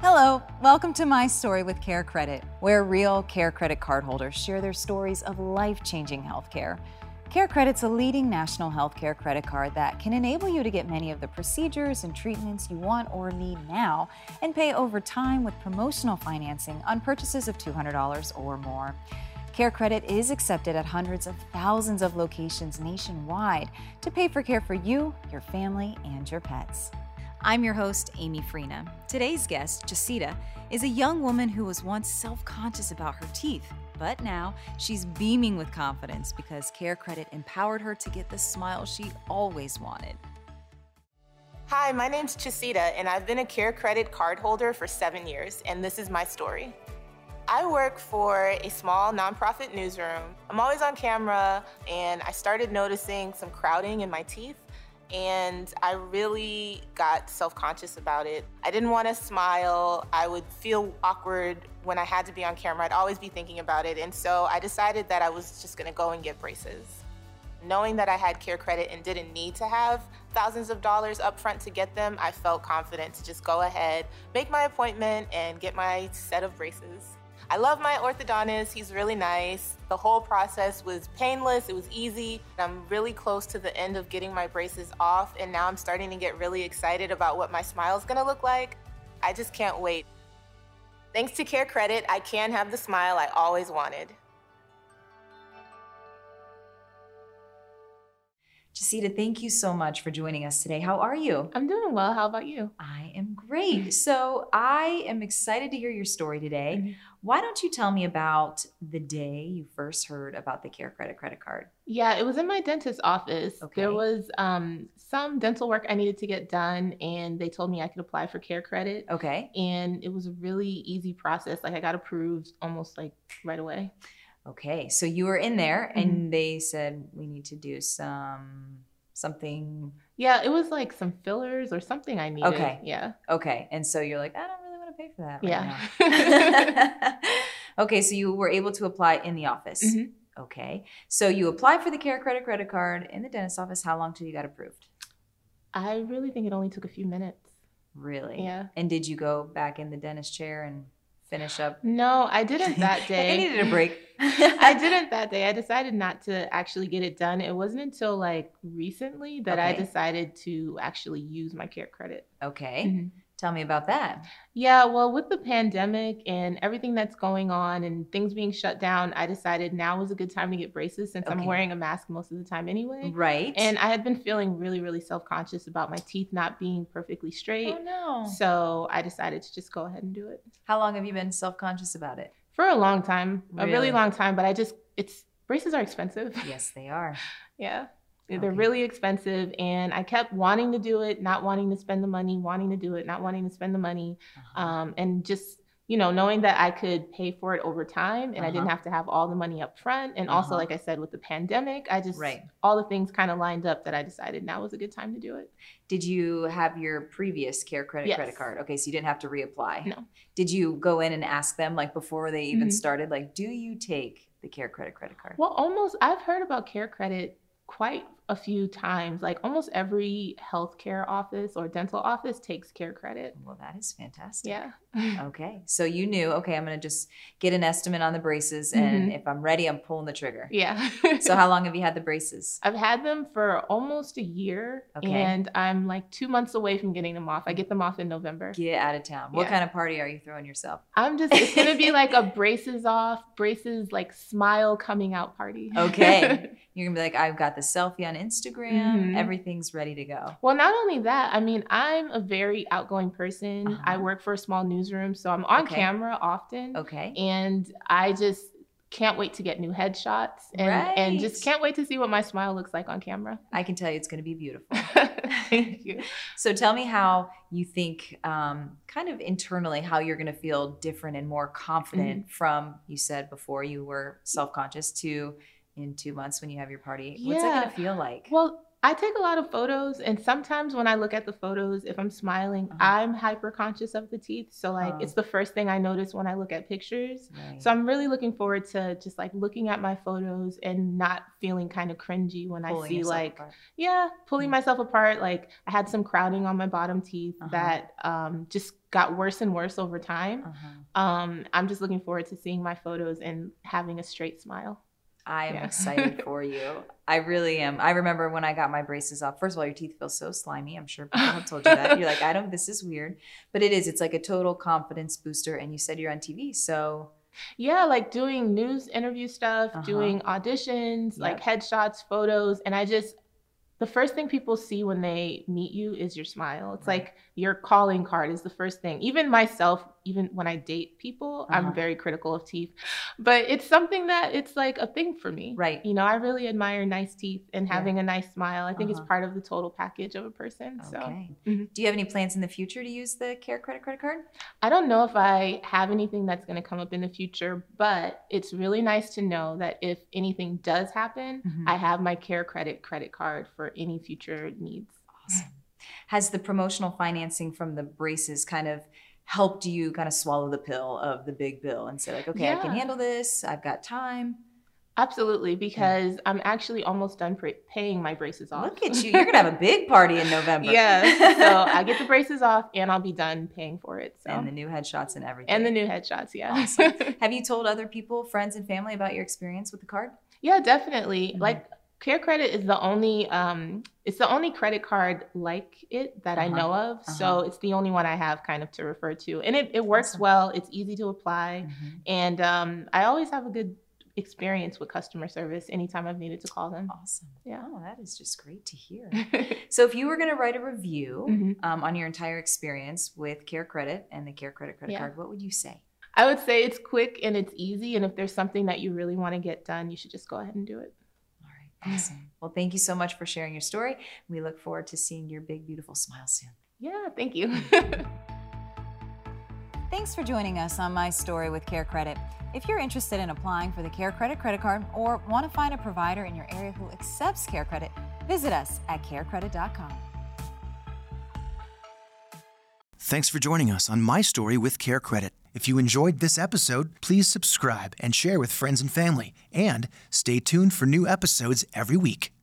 Hello, welcome to My Story with Care Credit, where real Care Credit cardholders share their stories of life changing healthcare. Care Credit's a leading national healthcare credit card that can enable you to get many of the procedures and treatments you want or need now and pay over time with promotional financing on purchases of $200 or more. Care Credit is accepted at hundreds of thousands of locations nationwide to pay for care for you, your family, and your pets. I'm your host, Amy Freena. Today's guest, Jacita, is a young woman who was once self conscious about her teeth, but now she's beaming with confidence because Care Credit empowered her to get the smile she always wanted. Hi, my name's Chisita, and I've been a Care Credit cardholder for seven years, and this is my story. I work for a small nonprofit newsroom. I'm always on camera, and I started noticing some crowding in my teeth, and I really got self conscious about it. I didn't want to smile. I would feel awkward when I had to be on camera. I'd always be thinking about it, and so I decided that I was just going to go and get braces knowing that I had care credit and didn't need to have thousands of dollars up front to get them, I felt confident to just go ahead, make my appointment, and get my set of braces. I love my orthodontist, he's really nice. The whole process was painless, it was easy. I'm really close to the end of getting my braces off, and now I'm starting to get really excited about what my smile is gonna look like. I just can't wait. Thanks to Care Credit, I can have the smile I always wanted. Jacita, thank you so much for joining us today. How are you? I'm doing well. How about you? I am great. So, I am excited to hear your story Mm-hmm. today. Why don't you tell me about the day you first heard about the Care Credit credit card? Yeah, it was in my dentist's office. Okay. There was um, some dental work I needed to get done, and they told me I could apply for care credit. Okay. And it was a really easy process. Like I got approved almost like right away. Okay. So, you were in there Mm-hmm. and they said we need to do some something. Yeah, it was like some fillers or something I needed. Okay. Yeah. Okay. And so you're like, I don't really want to pay for that right Yeah. now. okay, so you were able to apply in the office. Mhm. Okay. So, you applied for the Care Credit credit card in the dentist's office. How long till you got approved? I really think it only took a few minutes. Really? Yeah. And did you go back in the dentist chair and finish up? No, I didn't that Like, day. I needed a break. I didn't that day. I decided not to actually get it done. It wasn't until like recently that I Okay. decided to actually use my care credit. Okay. Mhm. Tell me about that. Yeah, well, with the pandemic and everything that's going on and things being shut down, I decided now was a good time to get braces since I'm Okay. wearing a mask most of the time anyway. Right. And I had been feeling really, really self conscious about my teeth not being perfectly straight. oh no. So I decided to just go ahead and do it How long have you been self-conscious about it? for a long time, a Really? really long time. But I just, it's braces are expensive. Yes, they are. Yeah. They're Okay. really expensive. And I kept wanting to do it, not wanting to spend the money, wanting to do it, not wanting to spend the money. Uh-huh. um, and just you know knowing that i could pay for it over time and i didn't Uh-huh. have to have all the money up front and also Uh-huh. like i said with the pandemic i just Right. all the things kind of lined up that i decided now was a good time to do it Did you have your previous Care Credit Yes. credit card? Okay, so you didn't have to reapply. No. Did you go in and ask them like before they even Mhm. started like do you take the Care Credit credit card? well almost i've heard about care credit quite a few times like almost every healthcare office or dental office takes care credit Well, that is fantastic. yeah Okay. So you knew, okay, I'm going to just get an estimate on the braces and if I'm ready, I'm pulling the trigger. Mm-hmm. yeah So how long have you had the braces? I've had them for almost a year, Okay. Mm. and I'm like two months away from getting them off. I get them off in November. Get out of town. What Yeah. kind of party are you throwing yourself? I'm just it's gonna be like a braces off, braces like smile coming out party. Okay. You're going to be like, I've got the selfie on Instagram. Mhm. Everything's ready to go. well, not only that, I mean, I'm a very outgoing person. Uh-huh. I work for a small newsroom, so I'm on Okay. camera often. Okay. And I just can't wait to get new headshots and, and just Right. can't wait to see what my smile looks like on camera. I can tell you it's going to be beautiful. Thank you. So tell me how you think, um, kind of internally, how you're going to feel different and more confident Mm-hmm. from, you said before you were self conscious, to in two months when you have your party. What's that Yeah. going to feel like? Well, I take a lot of photos, and sometimes when I look at the photos, if I'm smiling, I'm hyper conscious of the teeth. So, like, Uh-huh. Oh. it's the first thing I notice when I look at pictures. Right. So, I'm really looking forward to just like looking at my photos and not feeling kind of cringy when I Pulling see, yourself like, apart. yeah, pulling Mm. myself apart. Like, I had some crowding on my bottom teeth Uh-huh. that um, just got worse and worse over time. Uh-huh. Um, I'm just looking forward to seeing my photos and having a straight smile. I am Yeah. excited for you. I really am. I remember when I got my braces off. First of all, your teeth feel so slimy. I'm sure people have told you that. You're like, I don't. This is weird, but it is. It's like a total confidence booster. And you said you're on TV, so Yeah, like doing news interview stuff, Uh-huh. doing auditions, like headshots, photos. And I just, the first thing people see when they meet you is your smile. It's Right. like your calling card is the first thing. Even myself, even when I date people, Uh-huh. I'm very critical of teeth, but it's something that it's like a thing for me. Right. You know, I really admire nice teeth and Yeah. having a nice smile. I think Uh-huh. it's part of the total package of a person. So okay. Mhm. Do you have any plans in the future to use the Care Credit credit card? I don't know if I have anything that's going to come up in the future, but it's really nice to know that if anything does happen, Mhm. I have my Care Credit credit card for any future needs. Awesome. Has the promotional financing from the braces kind of helped you kind of swallow the pill of the big bill and say like, okay, I can Yeah. handle this. I've got time. Absolutely, because I'm actually almost done pra- paying my braces off. Look at you. You're gonna have a big party in November. yes. So I get the braces off and I'll be done paying for it. So and the new headshots and everything. and the new headshots, yeah. Awesome. Have you told other people, friends, and family about your experience with the card? Yeah, definitely. Mhm. Like Care Credit is the only um it's the only credit card like it that I Uh-huh. know of. So Uh-huh. it's the only one I have kind of to refer to. And it, it works Awesome. Mm-hmm. well. It's easy to apply. And um I always have a good experience with customer service anytime I've needed to call them. Awesome. Yeah. Oh, that is just great to hear. so, if you were going to write a review Mhm. um, on your entire experience with Care Credit and the Care Credit credit Yeah. card, what would you say? I would say it's quick and it's easy. And if there's something that you really want to get done, you should just go ahead and do it. All right. Awesome. well, thank you so much for sharing your story. We look forward to seeing your big, beautiful smile soon. Yeah, thank you. Thanks for joining us on My Story with Care Credit. If you're interested in applying for the Care Credit credit card or want to find a provider in your area who accepts Care Credit, visit us at carecredit.com. Thanks for joining us on My Story with Care Credit. If you enjoyed this episode, please subscribe and share with friends and family. And stay tuned for new episodes every week.